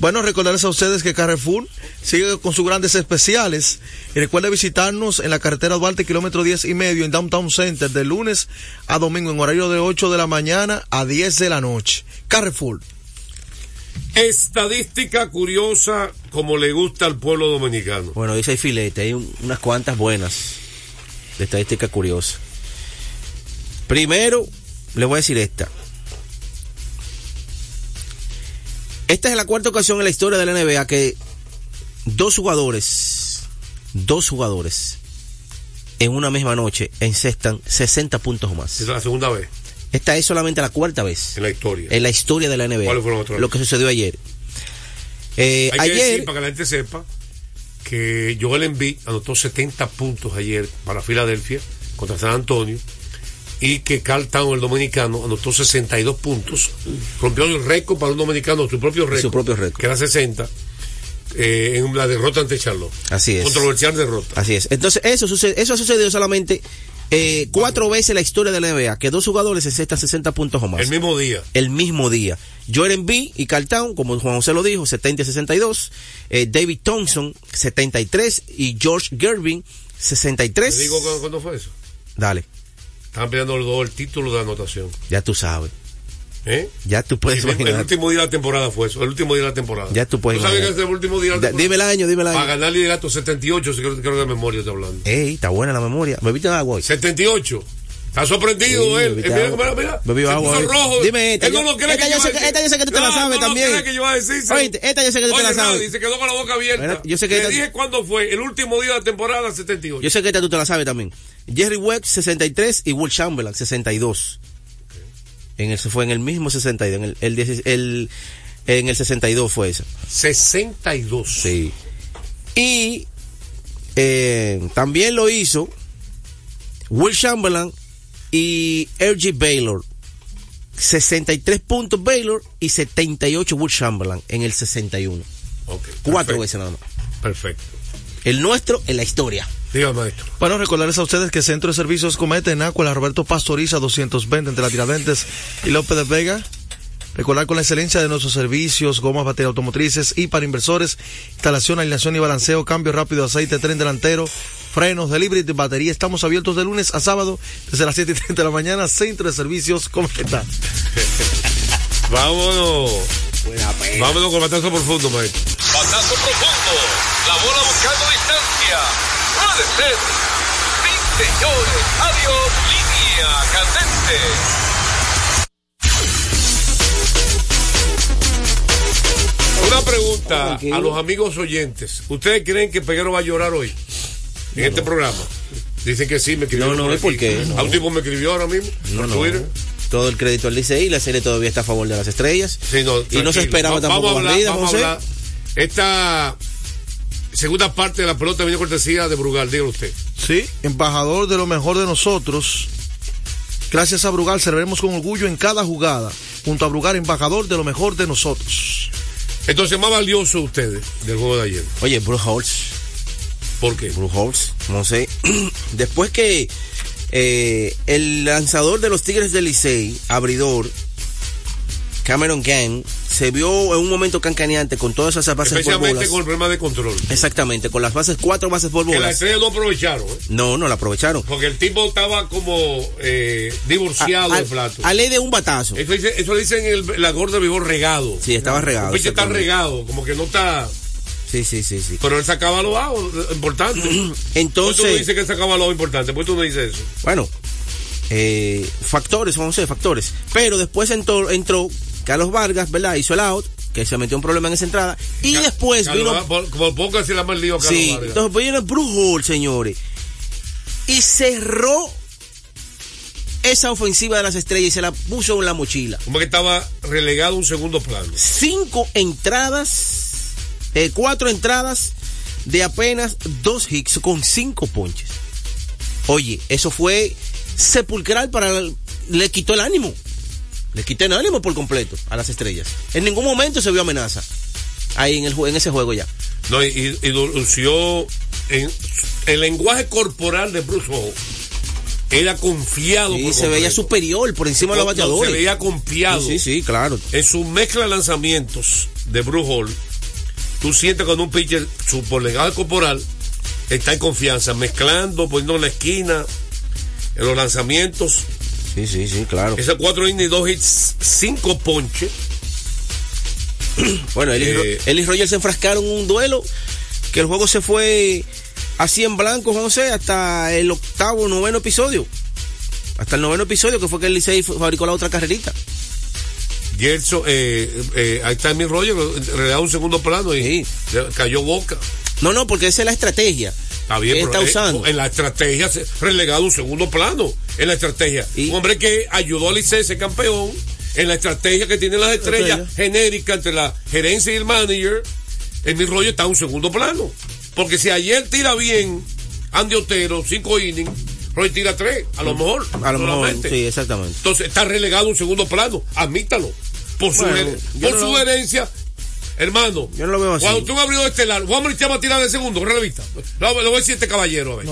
Speaker 4: Bueno, recordarles a ustedes que Carrefour sigue con sus grandes especiales. Y recuerda visitarnos en la carretera Duarte, kilómetro 10 y medio, en Downtown Center, de lunes a domingo, en horario de 8 de la mañana a 10 de la noche. Carrefour.
Speaker 5: Estadística curiosa como le gusta al pueblo dominicano.
Speaker 6: Bueno, dice hay filete, hay un- unas cuantas buenas de estadística curiosa. Primero, le voy a decir esta. Esta es la cuarta ocasión en la historia de la NBA que dos jugadores, dos jugadores, en una misma noche encestan 60 puntos o más.
Speaker 5: Es la segunda vez.
Speaker 6: Esta es solamente la cuarta vez.
Speaker 5: En la historia.
Speaker 4: Eh,
Speaker 6: En la historia de la NBA.
Speaker 5: ¿Cuáles fueron otras
Speaker 6: Lo que sucedió ayer. Eh,
Speaker 5: Hay que
Speaker 6: ayer,
Speaker 5: decir, para que la gente sepa, que Joel Embiid anotó 70 puntos ayer para Filadelfia contra San Antonio y que Carl Town, el dominicano, anotó 62 puntos. Rompió el récord para un dominicano, su propio récord.
Speaker 6: Su propio récord.
Speaker 5: Que era 60 eh, en la derrota ante Charlotte.
Speaker 6: Así es.
Speaker 5: Controversial derrota.
Speaker 6: Así es. Entonces, eso, suce- eso ha sucedido solamente eh, cuatro veces en la historia de la NBA, que dos jugadores encestan 60 puntos o más.
Speaker 5: El mismo día.
Speaker 6: El mismo día. Joel Embiid y Carl Town, como Juan José lo dijo, 70 y 62. Eh, David Thompson, 73. Y George Gervin,
Speaker 5: ¿Te
Speaker 6: 63.
Speaker 5: digo cu- cuándo fue eso?
Speaker 6: Dale,
Speaker 5: Estaban peleando los dos el título de anotación.
Speaker 6: ya tú sabes.
Speaker 5: ¿Eh?
Speaker 6: Ya tú puedes
Speaker 5: Sí, el
Speaker 6: imaginar.
Speaker 5: último día de la temporada fue eso. El último día de la temporada.
Speaker 6: Pues Ya tú puedes
Speaker 5: sabes que
Speaker 6: imaginar.
Speaker 5: es el último día de la
Speaker 6: Da-
Speaker 5: temporada?
Speaker 6: dime el año, dime el año.
Speaker 5: Para ganar el liderato 78, sí, creo, creo que de memoria estoy hablando.
Speaker 6: Ey, está buena la memoria. ¿Bebiste agua hoy?
Speaker 5: 78. Está sorprendido
Speaker 6: Sí,
Speaker 5: él.
Speaker 6: bebiste
Speaker 5: Eh, mira,
Speaker 6: agua.
Speaker 5: mira, mira.
Speaker 6: Bebió
Speaker 5: Se
Speaker 6: agua
Speaker 5: puso
Speaker 6: hoy.
Speaker 5: rojo.
Speaker 6: Dime esta,
Speaker 5: Él no
Speaker 6: yo-
Speaker 5: lo cree
Speaker 6: esta
Speaker 5: que
Speaker 6: yo
Speaker 5: yo
Speaker 6: sé
Speaker 5: iba a
Speaker 6: que- esta yo sé que tú te
Speaker 5: decir.
Speaker 6: la sabes
Speaker 5: No, no lo
Speaker 6: también.
Speaker 5: cree que yo iba a decir, se-
Speaker 6: Oíste, esta yo sé que tú te
Speaker 5: Oye,
Speaker 6: la sabes.
Speaker 5: Nadie, se quedó con la boca abierta.
Speaker 6: Bueno, yo sé que
Speaker 5: Le
Speaker 6: esta-
Speaker 5: dije cuándo fue. El último día de la temporada 78.
Speaker 6: Yo sé que esta tú te la sabes también. Jerry Webb, 63 y Will Chamberlain, 62. En el, fue en el mismo 62. En el, el, 16 el- en el 62 fue eso.
Speaker 5: 62.
Speaker 6: Sí. Y eh, también lo hizo Will Chamberlain y R.G. Baylor. 63 puntos Baylor y 78 Will Chamberlain en el 61. Cuatro veces nada más.
Speaker 5: Perfecto.
Speaker 6: El nuestro en la historia.
Speaker 5: Diga, maestro.
Speaker 4: Bueno, recordarles a ustedes que Centro de Servicios Cometa en Acuela, Roberto Pastoriza 220 entre la Tiradentes y López de Vega. Recordar con la excelencia de nuestros servicios, gomas, baterías automotrices y para inversores, instalación, alineación y balanceo, cambio rápido de aceite, tren delantero, frenos, delivery de batería. Estamos abiertos de lunes a sábado desde las 7 y 30 de la mañana, Centro de Servicios Cometa.
Speaker 5: Vámonos. Vámonos con batazo profundo, maestro.
Speaker 2: Batazo profundo. La bola buscando distancia. Puede ser. Sí, señores. Adiós. Línea candente.
Speaker 5: Una pregunta a los amigos oyentes. ¿Ustedes creen que Peguero va a llorar hoy? En este programa. Dicen que sí, me escribieron.
Speaker 6: No, no, ¿y por
Speaker 5: aquí.
Speaker 6: qué? No.
Speaker 5: A un tipo me escribió ahora mismo.
Speaker 6: No,
Speaker 5: por
Speaker 6: no.
Speaker 5: Twitter.
Speaker 6: Todo el crédito al Licey, la serie todavía está a favor de las estrellas. y no se
Speaker 5: Tranquilo.
Speaker 6: esperaba
Speaker 5: Va-
Speaker 6: tampoco
Speaker 5: vamos a hablar,
Speaker 6: barrida,
Speaker 5: vamos a
Speaker 6: José.
Speaker 5: hablar. Esta segunda parte de la pelota viene cortesía de Brugal, dígalo usted.
Speaker 4: Sí, embajador de lo mejor de nosotros. Gracias a Brugal, serviremos con orgullo en cada jugada. Junto a Brugal, embajador de lo mejor de nosotros.
Speaker 5: Entonces, más valioso ustedes del juego de ayer.
Speaker 6: Oye, Bruce Holtz.
Speaker 5: ¿Por qué?
Speaker 6: Bruce Holtz, no sé. Después que eh, el lanzador de los Tigres del Licey, abridor, Cameron Gang, se vio en un momento cancaneante con todas esas bases por
Speaker 5: Especialmente
Speaker 6: bolas.
Speaker 5: con el problema de control.
Speaker 6: Exactamente, con las bases, cuatro bases por
Speaker 5: Que las
Speaker 6: bolas.
Speaker 5: estrellas no aprovecharon. ¿eh?
Speaker 6: No, no la aprovecharon.
Speaker 5: Porque el tipo estaba como eh, divorciado
Speaker 6: A- a-
Speaker 5: de plato.
Speaker 6: a ley de un batazo.
Speaker 5: Eso, dice, eso le dicen el, la gorda de vigor regado.
Speaker 6: Sí, estaba regado,
Speaker 5: El pinche está
Speaker 6: exactamente.
Speaker 5: regado, como que no está.
Speaker 6: Sí, sí, sí, sí.
Speaker 5: Pero él sacaba lo bajo, importante. Pues
Speaker 6: Entonces-
Speaker 5: tú no dices que sacaba lo importante, pues tú no dices eso.
Speaker 6: Bueno, eh, factores, vamos a decir, factores. Pero después entró, entró Carlos Vargas, ¿verdad? Hizo el out, que se metió un problema en esa entrada. Y después
Speaker 5: Carlos
Speaker 6: vino.
Speaker 5: Vargas, por- como poco así la más lío, Carlos
Speaker 6: Sí,
Speaker 5: Vargas.
Speaker 6: entonces viene Bruce Hall, señores. Y cerró esa ofensiva de las estrellas y se la puso en la mochila.
Speaker 5: Como que estaba relegado a un segundo plano.
Speaker 6: Cinco entradas, eh, cuatro entradas de apenas dos hits con cinco ponches. Oye, eso fue sepulcral para... el- le quitó el ánimo. Le quitó el ánimo por completo a las estrellas. En ningún momento se vio amenaza ahí en, el, ju- en ese juego ya.
Speaker 5: No, y, y, y lució en el lenguaje corporal de Bruce Hall. Era confiado.
Speaker 6: Y
Speaker 5: por
Speaker 6: se veía
Speaker 5: completo.
Speaker 6: superior por encima de los
Speaker 5: No, no,
Speaker 6: bateadores.
Speaker 5: Se veía confiado.
Speaker 6: Sí, sí, sí, claro.
Speaker 5: En su mezcla de lanzamientos, de Bruce Hall, tú sientes cuando un pitcher, su polegada corporal, está en confianza, mezclando, poniendo en la esquina, en los lanzamientos.
Speaker 6: Sí, sí, sí, claro.
Speaker 5: Esos cuatro innings, dos hits, cinco ponches.
Speaker 6: Bueno, él,
Speaker 5: eh,
Speaker 6: y, él y Roger se enfrascaron en un duelo que el juego se fue así en blanco, José, hasta el octavo, noveno episodio. Hasta el noveno episodio, que fue que el Licey fabricó la otra carrerita.
Speaker 5: Gerson, eh, eh, ahí está mi Roger, le da un segundo plano y le cayó boca.
Speaker 6: No, no, porque esa es la estrategia.
Speaker 5: Está bien,
Speaker 6: que
Speaker 5: pero
Speaker 6: está
Speaker 5: eh,
Speaker 6: usando.
Speaker 5: en la estrategia, se- relegado a un segundo plano. En la estrategia. Un hombre que ayudó al Licey a ser campeón. En la estrategia que tienen las estrellas genérica entre la gerencia y el manager, Emil Roger está en un segundo plano. Porque si ayer tira bien Andy Otero, cinco innings, Roger tira tres, a lo mejor.
Speaker 6: Mm. A lo mejor,
Speaker 5: solamente.
Speaker 6: sí, exactamente.
Speaker 5: Entonces está relegado a un segundo plano, admítalo. Por su,
Speaker 6: Bueno,
Speaker 5: her-
Speaker 6: yo
Speaker 5: por
Speaker 6: no
Speaker 5: su
Speaker 6: lo-
Speaker 5: herencia, hermano.
Speaker 6: Yo no lo veo así.
Speaker 5: Cuando tú abrió estelar, Juan Marichal va a tirar de segundo, corre la vista. Lo, lo voy a decir este caballero, a ver.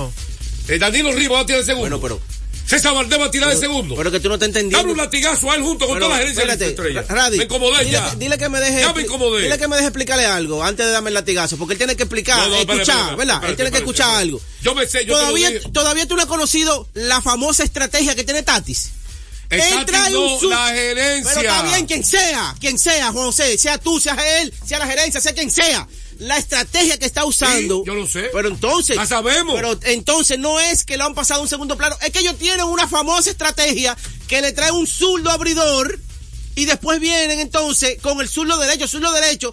Speaker 5: Eh, Danilo Rivas va a tirar de segundo.
Speaker 6: Bueno,
Speaker 5: César Valdés va a tirar de segundo.
Speaker 6: Pero que tú no te entendiendo.
Speaker 5: Dame un latigazo a él junto con
Speaker 6: Pero,
Speaker 5: toda la gerencia de
Speaker 6: espérate,
Speaker 5: la estrella.
Speaker 6: Ra- Radi,
Speaker 5: me incomodé
Speaker 6: dile,
Speaker 5: ya.
Speaker 6: que- dile que me deje.
Speaker 5: Ya me
Speaker 6: expli-
Speaker 5: incomodé.
Speaker 6: Dile que me deje explicarle algo antes de darme el latigazo, porque él tiene que explicar,
Speaker 5: No, no, espérate,
Speaker 6: escuchar,
Speaker 5: espérate,
Speaker 6: ¿verdad? él
Speaker 5: espérate,
Speaker 6: tiene que
Speaker 5: espérate, espérate.
Speaker 6: escuchar algo.
Speaker 5: Yo me sé, yo
Speaker 6: todavía,
Speaker 5: te lo dije.
Speaker 6: todavía tú no has conocido la famosa estrategia que tiene Tatis.
Speaker 5: El
Speaker 6: Él
Speaker 5: Tatis
Speaker 6: trae un
Speaker 5: no,
Speaker 6: su-
Speaker 5: la gerencia.
Speaker 6: Pero está bien, quien sea, quien sea, José, sea tú, sea él, sea la gerencia, sea quien sea. La estrategia que está usando. yo lo sé. Pero entonces. La sabemos. Pero entonces no es que lo han pasado a un segundo plano. Es que ellos tienen una famosa estrategia que le trae un zurdo abridor y después vienen entonces con el zurdo derecho, zurdo derecho.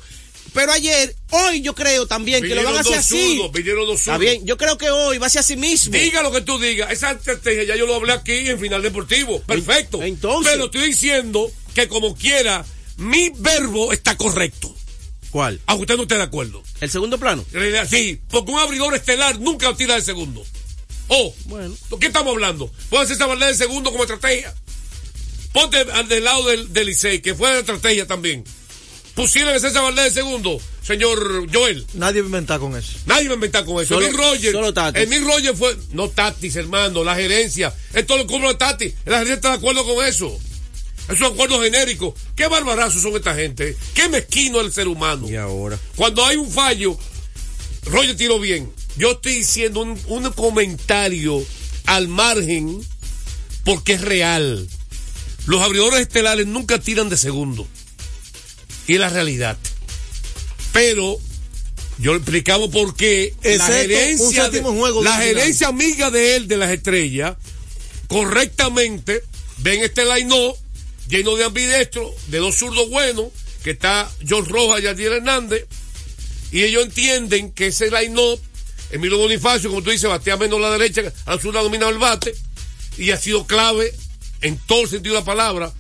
Speaker 6: Pero ayer, hoy yo creo también que lo van a
Speaker 5: Vinieron
Speaker 6: hacer
Speaker 5: dos
Speaker 6: así.
Speaker 5: zurdos, vinieron dos
Speaker 6: Está
Speaker 5: zurdos.
Speaker 6: bien, yo creo que hoy va a ser así mismo.
Speaker 5: Diga lo que tú digas. Esa estrategia ya yo lo hablé aquí en Final Deportivo. Perfecto. Entonces. Pero estoy diciendo que como quiera, mi verbo está correcto.
Speaker 6: ¿Cuál?
Speaker 5: Aunque usted no esté de acuerdo.
Speaker 6: ¿El segundo plano?
Speaker 5: Sí, porque un abridor estelar nunca tira de segundo. Oh, bueno. ¿qué estamos hablando? Puede ser esa de segundo como estrategia. Ponte al del lado del, del Licey, que fue de estrategia también. Pusieron esa Valdés de segundo, señor Joel.
Speaker 4: Nadie va a inventar con eso.
Speaker 5: Nadie va a inventar con eso.
Speaker 4: Solo-
Speaker 5: Emil Roger.
Speaker 4: solo Tatis.
Speaker 5: Emil Roger fue. No Tatis, hermano. La gerencia. Esto lo cumple Tatis. La gerencia está de acuerdo con eso. Esos acuerdos genéricos. Qué barbarazos son esta gente. Qué mezquino el ser humano. Y
Speaker 6: ahora.
Speaker 5: Cuando hay un fallo, Roger tiró bien. Yo estoy diciendo un, un comentario al margen porque es real. Los abridores estelares nunca tiran de segundo. Y es la realidad. Pero yo explicamos por qué la
Speaker 4: Excepto un
Speaker 5: gerencia, de-
Speaker 4: séptimo juego
Speaker 5: la
Speaker 4: de final.
Speaker 5: gerencia amiga de él, de las estrellas, correctamente ven este line lleno de ambidestro, de dos zurdos buenos, que está George Rojas y Adiel Hernández, y ellos entienden que ese line Emilio Bonifacio, como tú dices, batea menos la derecha, a la zurda dominado el bate, y ha sido clave en todo el sentido de la palabra.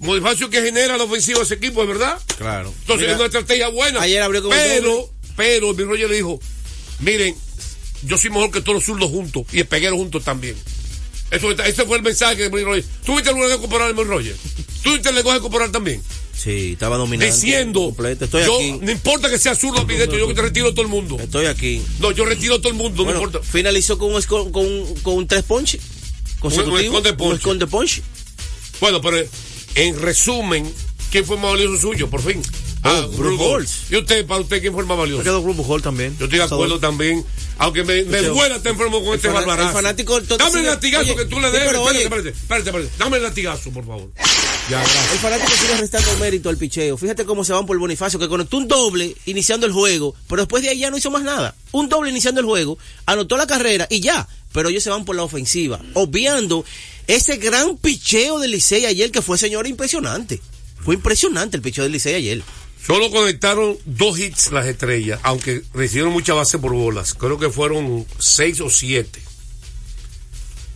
Speaker 5: Bonifacio que genera la ofensiva de ese equipo, es verdad.
Speaker 6: Claro.
Speaker 5: Entonces es una estrategia buena.
Speaker 6: ayer abrió con un
Speaker 5: pero, pero mi Roger le dijo, miren, yo soy mejor que todos los zurdos juntos y el peguero juntos también. Eso, está- ese fue el mensaje de mi Roger. ¿Tú viste el lenguaje corporal de mi Roger? ¿Tú viste el lenguaje corporal también?
Speaker 6: Sí, estaba dominando.
Speaker 5: Diciendo,
Speaker 6: Estoy
Speaker 5: yo,
Speaker 6: aquí.
Speaker 5: no importa que sea zurdo, ambidiestro, yo que te retiro a todo el mundo.
Speaker 6: Estoy aquí.
Speaker 5: No, yo retiro a todo el mundo,
Speaker 6: Bueno,
Speaker 5: no importa.
Speaker 6: Finalizó con un, esco- con, un- con un tres ponche.
Speaker 5: Un
Speaker 6: Consecutivo.
Speaker 5: esconde ponche.
Speaker 6: Un esconde ponche.
Speaker 5: Bueno, pero eh, en resumen, ¿quién fue más valioso suyo, por fin? Ah, Bruce
Speaker 4: Oh, Bruce
Speaker 5: Gold. ¿Y usted, para usted, quién fue el más valioso?
Speaker 4: Me quedo con Bujol también.
Speaker 5: Yo estoy de acuerdo también, aunque me, me
Speaker 4: Usted-
Speaker 5: duela estar enfermo con este
Speaker 4: fana-
Speaker 5: barbarazo.
Speaker 4: el fanático del Tottenham-
Speaker 5: Dame el latigazo
Speaker 4: Oye,
Speaker 5: que tú le
Speaker 4: sí,
Speaker 5: debes.
Speaker 4: pero
Speaker 5: espérate,
Speaker 4: oye-
Speaker 5: espérate, espérate, espérate. Dame el latigazo, por favor. Ya, gracias.
Speaker 6: El fanático sigue restando mérito al picheo. Fíjate cómo se van por Bonifacio, que conectó un doble iniciando el juego, pero después de ahí ya no hizo más nada. Un doble iniciando el juego, anotó la carrera y ya. Pero ellos se van por la ofensiva, obviando ese gran picheo del Licey ayer, que fue, señora, impresionante. Fue impresionante el picheo del Licey ayer.
Speaker 5: Solo conectaron dos hits las estrellas, aunque recibieron mucha base por bolas. Creo que fueron seis o siete.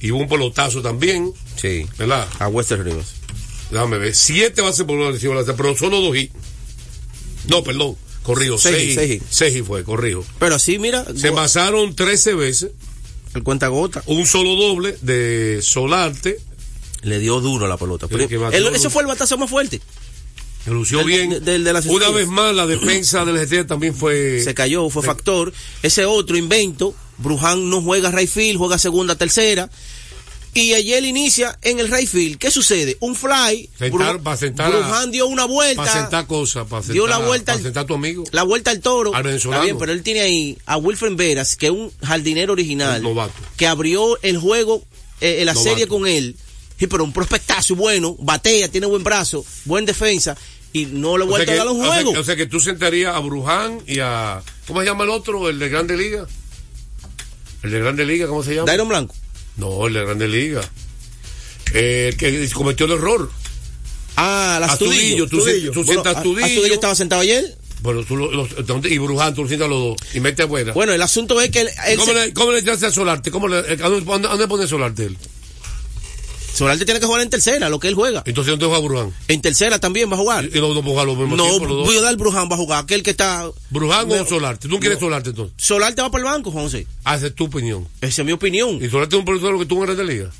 Speaker 5: Y hubo un pelotazo también.
Speaker 6: Sí.
Speaker 5: ¿Verdad?
Speaker 6: A Western Rivers.
Speaker 5: Déjame ver. Siete bases por bolas recibió la pero solo dos hits. No, perdón. Corrijo.
Speaker 6: Seis
Speaker 5: Seis,
Speaker 6: hits,
Speaker 5: seis,
Speaker 6: seis
Speaker 5: hits. fue, corrijo.
Speaker 6: Pero así, mira.
Speaker 5: Se envasaron 13 veces.
Speaker 6: El cuenta gota.
Speaker 5: Un solo doble de Solarte.
Speaker 6: Le dio duro la pelota.
Speaker 5: Pero
Speaker 6: El- ese fue el batazo más fuerte.
Speaker 5: lució bien.
Speaker 6: las
Speaker 5: Una
Speaker 6: estrellas.
Speaker 5: vez más, la defensa de las estrellas también fue.
Speaker 6: se cayó, fue factor. Ese otro invento, Bruján no juega right field, juega segunda, tercera. Y ayer inicia en el right field. ¿Qué sucede? Un fly.
Speaker 5: Sentar,
Speaker 6: Bru-
Speaker 5: para sentar.
Speaker 6: Bruján dio una vuelta.
Speaker 5: Para sentar cosas. Para sentar,
Speaker 6: dio la vuelta
Speaker 5: Para
Speaker 6: al-
Speaker 5: sentar a tu amigo.
Speaker 6: La vuelta al toro.
Speaker 5: Al venezolano.
Speaker 6: Está bien, pero él tiene ahí a Wilfred Veras, que es un jardinero original. Que abrió el juego, eh, eh, la
Speaker 5: Novato.
Speaker 6: serie con él. Sí, pero un prospectazo bueno, batea, tiene buen brazo, buen defensa. Y no le ha
Speaker 5: O sea, que,
Speaker 6: vuelto a dar un
Speaker 5: o sea
Speaker 6: juego.
Speaker 5: que- o sea que tú sentarías a Bruján y a. ¿Cómo se llama el otro? El de Grande Liga. El de Grande Liga, ¿cómo se llama?
Speaker 6: Dairon Blanco.
Speaker 5: No, el de Grande Liga. Eh, el que cometió el error.
Speaker 6: Ah, las
Speaker 5: Astudillo.
Speaker 6: Astudillo.
Speaker 5: Tú, sen-
Speaker 6: Astudillo.
Speaker 5: tú
Speaker 6: Bueno,
Speaker 5: sientas
Speaker 6: a-
Speaker 5: a Astudillo.
Speaker 6: Astudillo estaba sentado ayer.
Speaker 5: Bueno, tú lo- los- ¿dónde? y Bruján, tú lo sientas a los dos. Y mete buena.
Speaker 6: Bueno, el asunto es que él, Pues, él
Speaker 5: ¿Cómo,
Speaker 6: se-
Speaker 5: le, ¿Cómo le echaste a Solarte? ¿Cómo le, eh, ¿A dónde, a dónde pone Solarte él?
Speaker 6: Solarte tiene que jugar en tercera, lo que él juega.
Speaker 5: Entonces, ¿dónde juega Bruján?
Speaker 6: en tercera también va a jugar.
Speaker 5: Y los dos juegan los mismos
Speaker 6: No,
Speaker 5: tiempos, los dos.
Speaker 6: voy a dar Bruján va a jugar, aquel que está
Speaker 5: ¿Bruján
Speaker 6: No.
Speaker 5: o Solarte? ¿Tú no quieres Solarte entonces?
Speaker 6: Solarte va para el banco, José.
Speaker 5: Esa es tu opinión.
Speaker 6: Esa es mi opinión.
Speaker 5: ¿Y Solarte es un productor que tú en Grande Liga?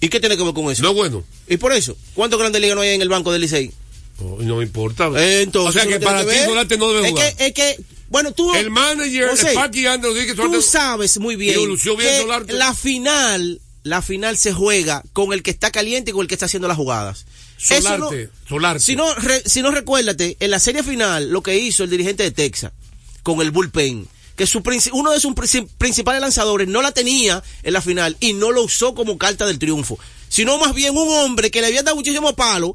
Speaker 6: ¿Y qué tiene que ver con eso?
Speaker 5: No es bueno.
Speaker 6: ¿Y por eso? ¿Cuántos grandes ligas no hay en el banco del Licey?
Speaker 5: No, Oh, no importa.
Speaker 6: Eh, entonces,
Speaker 5: o sea que
Speaker 6: eso no tiene
Speaker 5: para
Speaker 6: que
Speaker 5: ti
Speaker 6: ver.
Speaker 5: Solarte no debe
Speaker 6: Es
Speaker 5: jugar.
Speaker 6: que- es que, bueno, tú.
Speaker 5: El manager,
Speaker 6: José,
Speaker 5: Packy Andrews, dice que Solarte-
Speaker 6: Tú sabes muy bien.
Speaker 5: Y lució bien
Speaker 6: que
Speaker 5: Solarte.
Speaker 6: La final, la final se juega con el que está caliente y con el que está haciendo las jugadas. Eso no-
Speaker 5: Solarte, Solarte.
Speaker 6: Si no, re- si no recuérdate, en la serie final lo que hizo el dirigente de Texas con el bullpen, que su princi- uno de sus princi- principales lanzadores no la tenía en la final y no lo usó como carta del triunfo, sino más bien un hombre que le había dado muchísimo palo,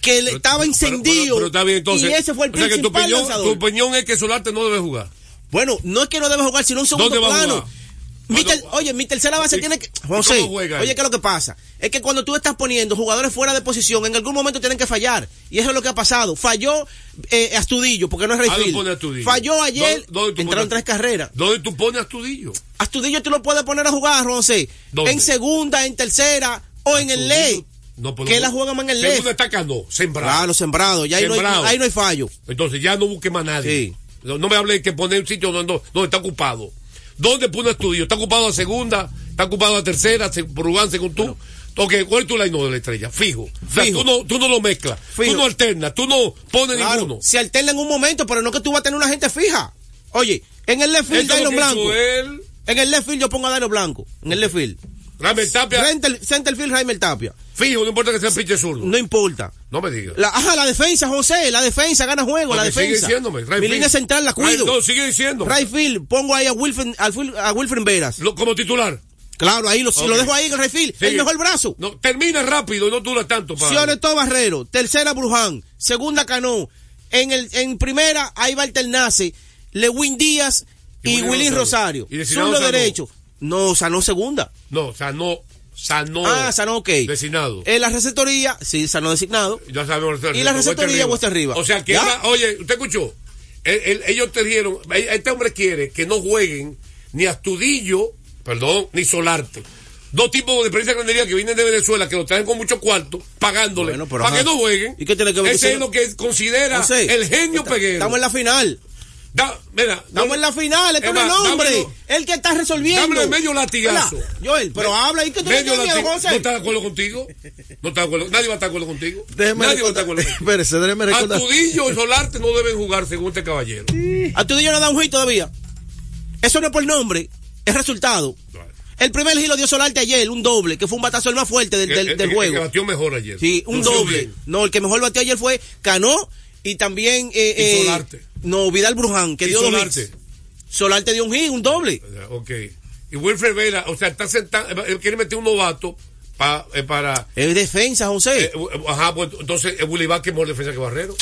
Speaker 6: que le estaba encendido
Speaker 5: Pero, pero está bien, entonces.
Speaker 6: y ese fue el
Speaker 5: o sea que tu
Speaker 6: principal
Speaker 5: opinión,
Speaker 6: lanzador.
Speaker 5: tu opinión es que Solarte no debe jugar.
Speaker 6: Bueno, no es que no debe jugar, sino un segundo
Speaker 5: ¿Dónde va a
Speaker 6: plano.
Speaker 5: jugar?
Speaker 6: Mi ter- oye, mi tercera base tiene que. José,
Speaker 5: cómo juega él?
Speaker 6: oye, ¿qué es lo que pasa? Es que cuando tú estás poniendo jugadores fuera de posición, en algún momento tienen que fallar. Y eso es lo que ha pasado. Falló eh, Astudillo, porque no es
Speaker 5: ¿A dónde pone
Speaker 6: Rayfield.
Speaker 5: Astudillo?
Speaker 6: Falló ayer,
Speaker 5: ¿Dó- dónde tú
Speaker 6: entraron
Speaker 5: pones-
Speaker 6: tres carreras.
Speaker 5: ¿Dónde tú pones a Astudillo?
Speaker 6: Astudillo tú lo puedes poner a jugar, José.
Speaker 5: ¿Dónde?
Speaker 6: En segunda, en tercera o en el ley.
Speaker 5: No, pero
Speaker 6: Que
Speaker 5: no-
Speaker 6: la juega más en el
Speaker 5: Segundo
Speaker 6: left.
Speaker 5: está Cano, sembrado.
Speaker 6: Claro, sembrado. Ya ahí no hay- ahí no hay fallo.
Speaker 5: Entonces ya no busque más nadie. No, no me hable de que poner un sitio donde, no- donde está ocupado. ¿Dónde pone estudio? ¿Está ocupado a segunda? ¿Está ocupado a tercera? Se, por Ugán, según tú. Ok, ¿cuál es tu line de la estrella? Fijo. O sea,
Speaker 6: Fijo.
Speaker 5: tú, no, tú no lo mezclas. Tú no alternas. Tú no pones
Speaker 6: Claro,
Speaker 5: ninguno.
Speaker 6: Se alterna en un momento, pero no que tú vas a tener una gente fija. Oye, en el left field,
Speaker 5: Eso es lo
Speaker 6: Dairo
Speaker 5: que hizo
Speaker 6: Blanco.
Speaker 5: él.
Speaker 6: En el left field yo pongo a Dairo Blanco. En el left field.
Speaker 5: Raimel Tapia.
Speaker 6: Center, center field, Raimel Tapia.
Speaker 5: Fijo, no importa que sea pinche zurdo.
Speaker 6: No importa.
Speaker 5: No me digas.
Speaker 6: La, ajá, la defensa, José. La defensa gana juego. la
Speaker 5: Porque sigue
Speaker 6: defensa.
Speaker 5: diciéndome, right
Speaker 6: Mi
Speaker 5: field.
Speaker 6: línea central la cuido.
Speaker 5: Right- no, sigue diciendo.
Speaker 6: Right field, pongo ahí a Wilfred, al Fil- a Wilfred Veras.
Speaker 5: como titular.
Speaker 6: Claro, ahí lo, si lo
Speaker 5: Ok.
Speaker 6: dejo ahí en el right field.
Speaker 5: Sigue.
Speaker 6: El mejor brazo.
Speaker 5: No, termina rápido y no dura tanto. Para...
Speaker 6: Sioneto Barrero, tercera Bruján, segunda Cano, en el en primera ahí va Alternace, Lewin Díaz y,
Speaker 5: Willy
Speaker 6: Willy
Speaker 5: Rosario.
Speaker 6: Rosario.
Speaker 5: Y de Sinado
Speaker 6: Zurdo
Speaker 5: Sanó.
Speaker 6: derecho. No, Sanó segunda.
Speaker 5: No, sanó. Sanó.
Speaker 6: Ah, Sanó, ok.
Speaker 5: Oh, Designado.
Speaker 6: En la receptoría, sí, Sanó designado.
Speaker 5: Ya sabemos.
Speaker 6: Y la receptoría Cuesta Arriba.
Speaker 5: O sea, que
Speaker 6: ¿Ya?
Speaker 5: ahora- oye, ¿usted escuchó? El- el- ellos te dieron, e- este hombre quiere que no jueguen ni Astudillo, perdón, ni Solarte. Dos tipos de prensa de grandería que vienen de Venezuela, que lo traen con mucho cuarto, pagándole,
Speaker 6: Bueno, pero
Speaker 5: para que
Speaker 6: ajá.
Speaker 5: no jueguen.
Speaker 6: ¿Y qué tiene que ver
Speaker 5: Ese
Speaker 6: que
Speaker 5: es
Speaker 6: sea-
Speaker 5: lo que considera
Speaker 6: José,
Speaker 5: el genio
Speaker 6: esta-
Speaker 5: Peguero.
Speaker 6: Estamos en la final.
Speaker 5: Da- mira,
Speaker 6: Estamos en la final, es
Speaker 5: Es
Speaker 6: con el
Speaker 5: más,
Speaker 6: hombre.
Speaker 5: dámelo-
Speaker 6: El que está resolviendo.
Speaker 5: Dámelo el medio latigazo.
Speaker 6: Hola, Joel, pero
Speaker 5: Me-
Speaker 6: habla ahí que tú no
Speaker 5: medio
Speaker 6: tienes miedo,
Speaker 5: latigazo. No
Speaker 6: José.
Speaker 5: está de acuerdo contigo. No está de acuerdo. Nadie va a estar de acuerdo contigo.
Speaker 4: Déjeme
Speaker 5: Nadie va a estar
Speaker 4: recordar-
Speaker 5: de acuerdo contigo.
Speaker 4: Espérese, déjeme
Speaker 5: Ah,
Speaker 4: recordar.
Speaker 5: Astudillo y Solarte no deben jugar según este caballero.
Speaker 6: A tu no da un hit todavía. Eso no es por nombre, es resultado. El primer hit lo dio Solarte ayer, un doble, que fue un batazo el más fuerte del,
Speaker 5: El-
Speaker 6: del-
Speaker 5: el-
Speaker 6: del
Speaker 5: el
Speaker 6: juego.
Speaker 5: que batió mejor ayer.
Speaker 6: Sí, un
Speaker 5: Lució
Speaker 6: doble.
Speaker 5: bien.
Speaker 6: No, el que mejor batió ayer fue Cano y también. eh,
Speaker 5: Y
Speaker 6: eh,
Speaker 5: Solarte.
Speaker 6: No, Vidal Bruján, que
Speaker 5: Y
Speaker 6: dio dos
Speaker 5: Solarte. eh,
Speaker 6: hits. Solarte dio un hit, un doble.
Speaker 5: Ok. Y Wilfred Vera, o sea, está sentado, eh, él quiere meter un novato pa- eh, para...
Speaker 6: Es defensa, José.
Speaker 5: eh, eh, ajá, pues entonces eh, Willy Vázquez es mejor defensa que Barrero.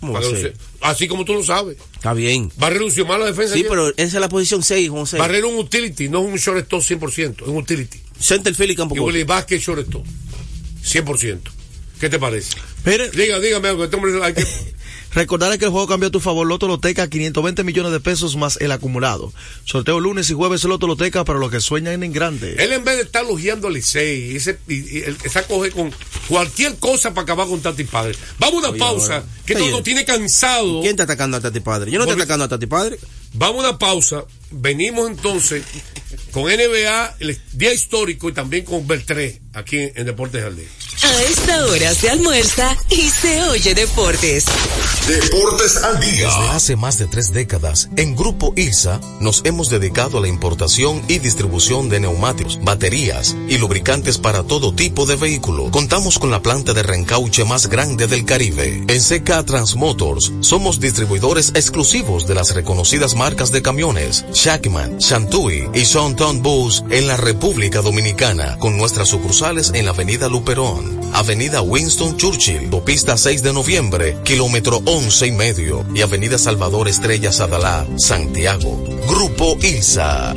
Speaker 6: ¿Cómo
Speaker 5: Para
Speaker 6: va a
Speaker 5: que
Speaker 6: ser?
Speaker 5: se- Así como tú lo sabes.
Speaker 6: Está bien.
Speaker 5: Barrero lució mal la defensa.
Speaker 6: Sí,
Speaker 5: ayer.
Speaker 6: pero eh. esa es la posición 6, José.
Speaker 5: Barrero es un utility, no es un shortstop 100%, es un utility.
Speaker 6: Center field y campo
Speaker 5: Y
Speaker 6: corto.
Speaker 5: Willy Vázquez shortstop, 100%. ¿Qué te parece?
Speaker 4: Mire.
Speaker 5: Diga, dígame, algo, este hombre hay que...
Speaker 4: Recordaré que el juego cambió a tu favor. Loto Loteca, 520 millones de pesos más el acumulado. Sorteo lunes y jueves Loto Loteca para los que sueñan en grande.
Speaker 5: Él en vez de estar logiando a Licey, y ese, y, y él se acoge con cualquier cosa para acabar con Tati Padre. Vamos a una pausa, que todo
Speaker 6: Oye.
Speaker 5: nos tiene cansado.
Speaker 6: ¿Quién está atacando a Tati Padre? Yo no estoy
Speaker 5: Porque-
Speaker 6: atacando a Tati Padre.
Speaker 5: Vamos a una pausa, venimos entonces con NBA, el día histórico y también con Beltré. aquí en, en Deportes al Día.
Speaker 11: A esta hora se almuerza y se oye deportes.
Speaker 3: Deportes al día.
Speaker 15: Desde hace más de tres décadas, en Grupo ILSA nos hemos dedicado a la importación y distribución de neumáticos, baterías y lubricantes para todo tipo de vehículo. Contamos con la planta de reencauche más grande del Caribe. En CK Transmotors somos distribuidores exclusivos de las reconocidas marcas de camiones Shackman, Shantui y Thon Bus en la República Dominicana, con nuestras sucursales en la Avenida Luperón, Avenida Winston Churchill, Pista 6 de noviembre, kilómetro 11 y medio, y Avenida Salvador Estrellas Adalá, Santiago. Grupo ILSA.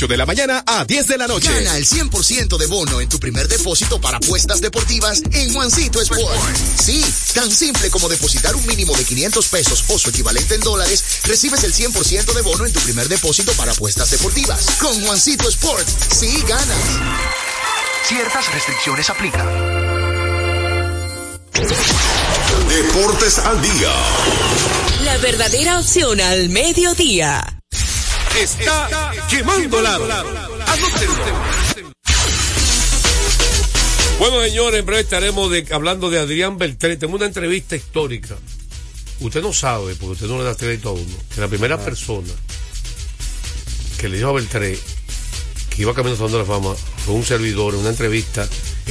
Speaker 12: de la mañana a 10 de la noche.
Speaker 16: Gana el 100% de bono en tu primer depósito para apuestas deportivas en Juancito Sport. Sí, tan simple como depositar un mínimo de 500 pesos o su equivalente en dólares, recibes el 100% de bono en tu primer depósito para apuestas deportivas. Con Juancito Sport, sí ganas.
Speaker 12: Ciertas restricciones aplican.
Speaker 3: Deportes al día.
Speaker 11: La verdadera opción al mediodía.
Speaker 2: Está, quemando lado.
Speaker 5: Bueno, señores, en breve estaremos de- hablando de Adrián Beltré. Tengo una entrevista histórica. Usted no sabe, porque usted no le da crédito a uno, que la primera persona que le dijo a Beltré que iba caminando a la fama fue un servidor en una entrevista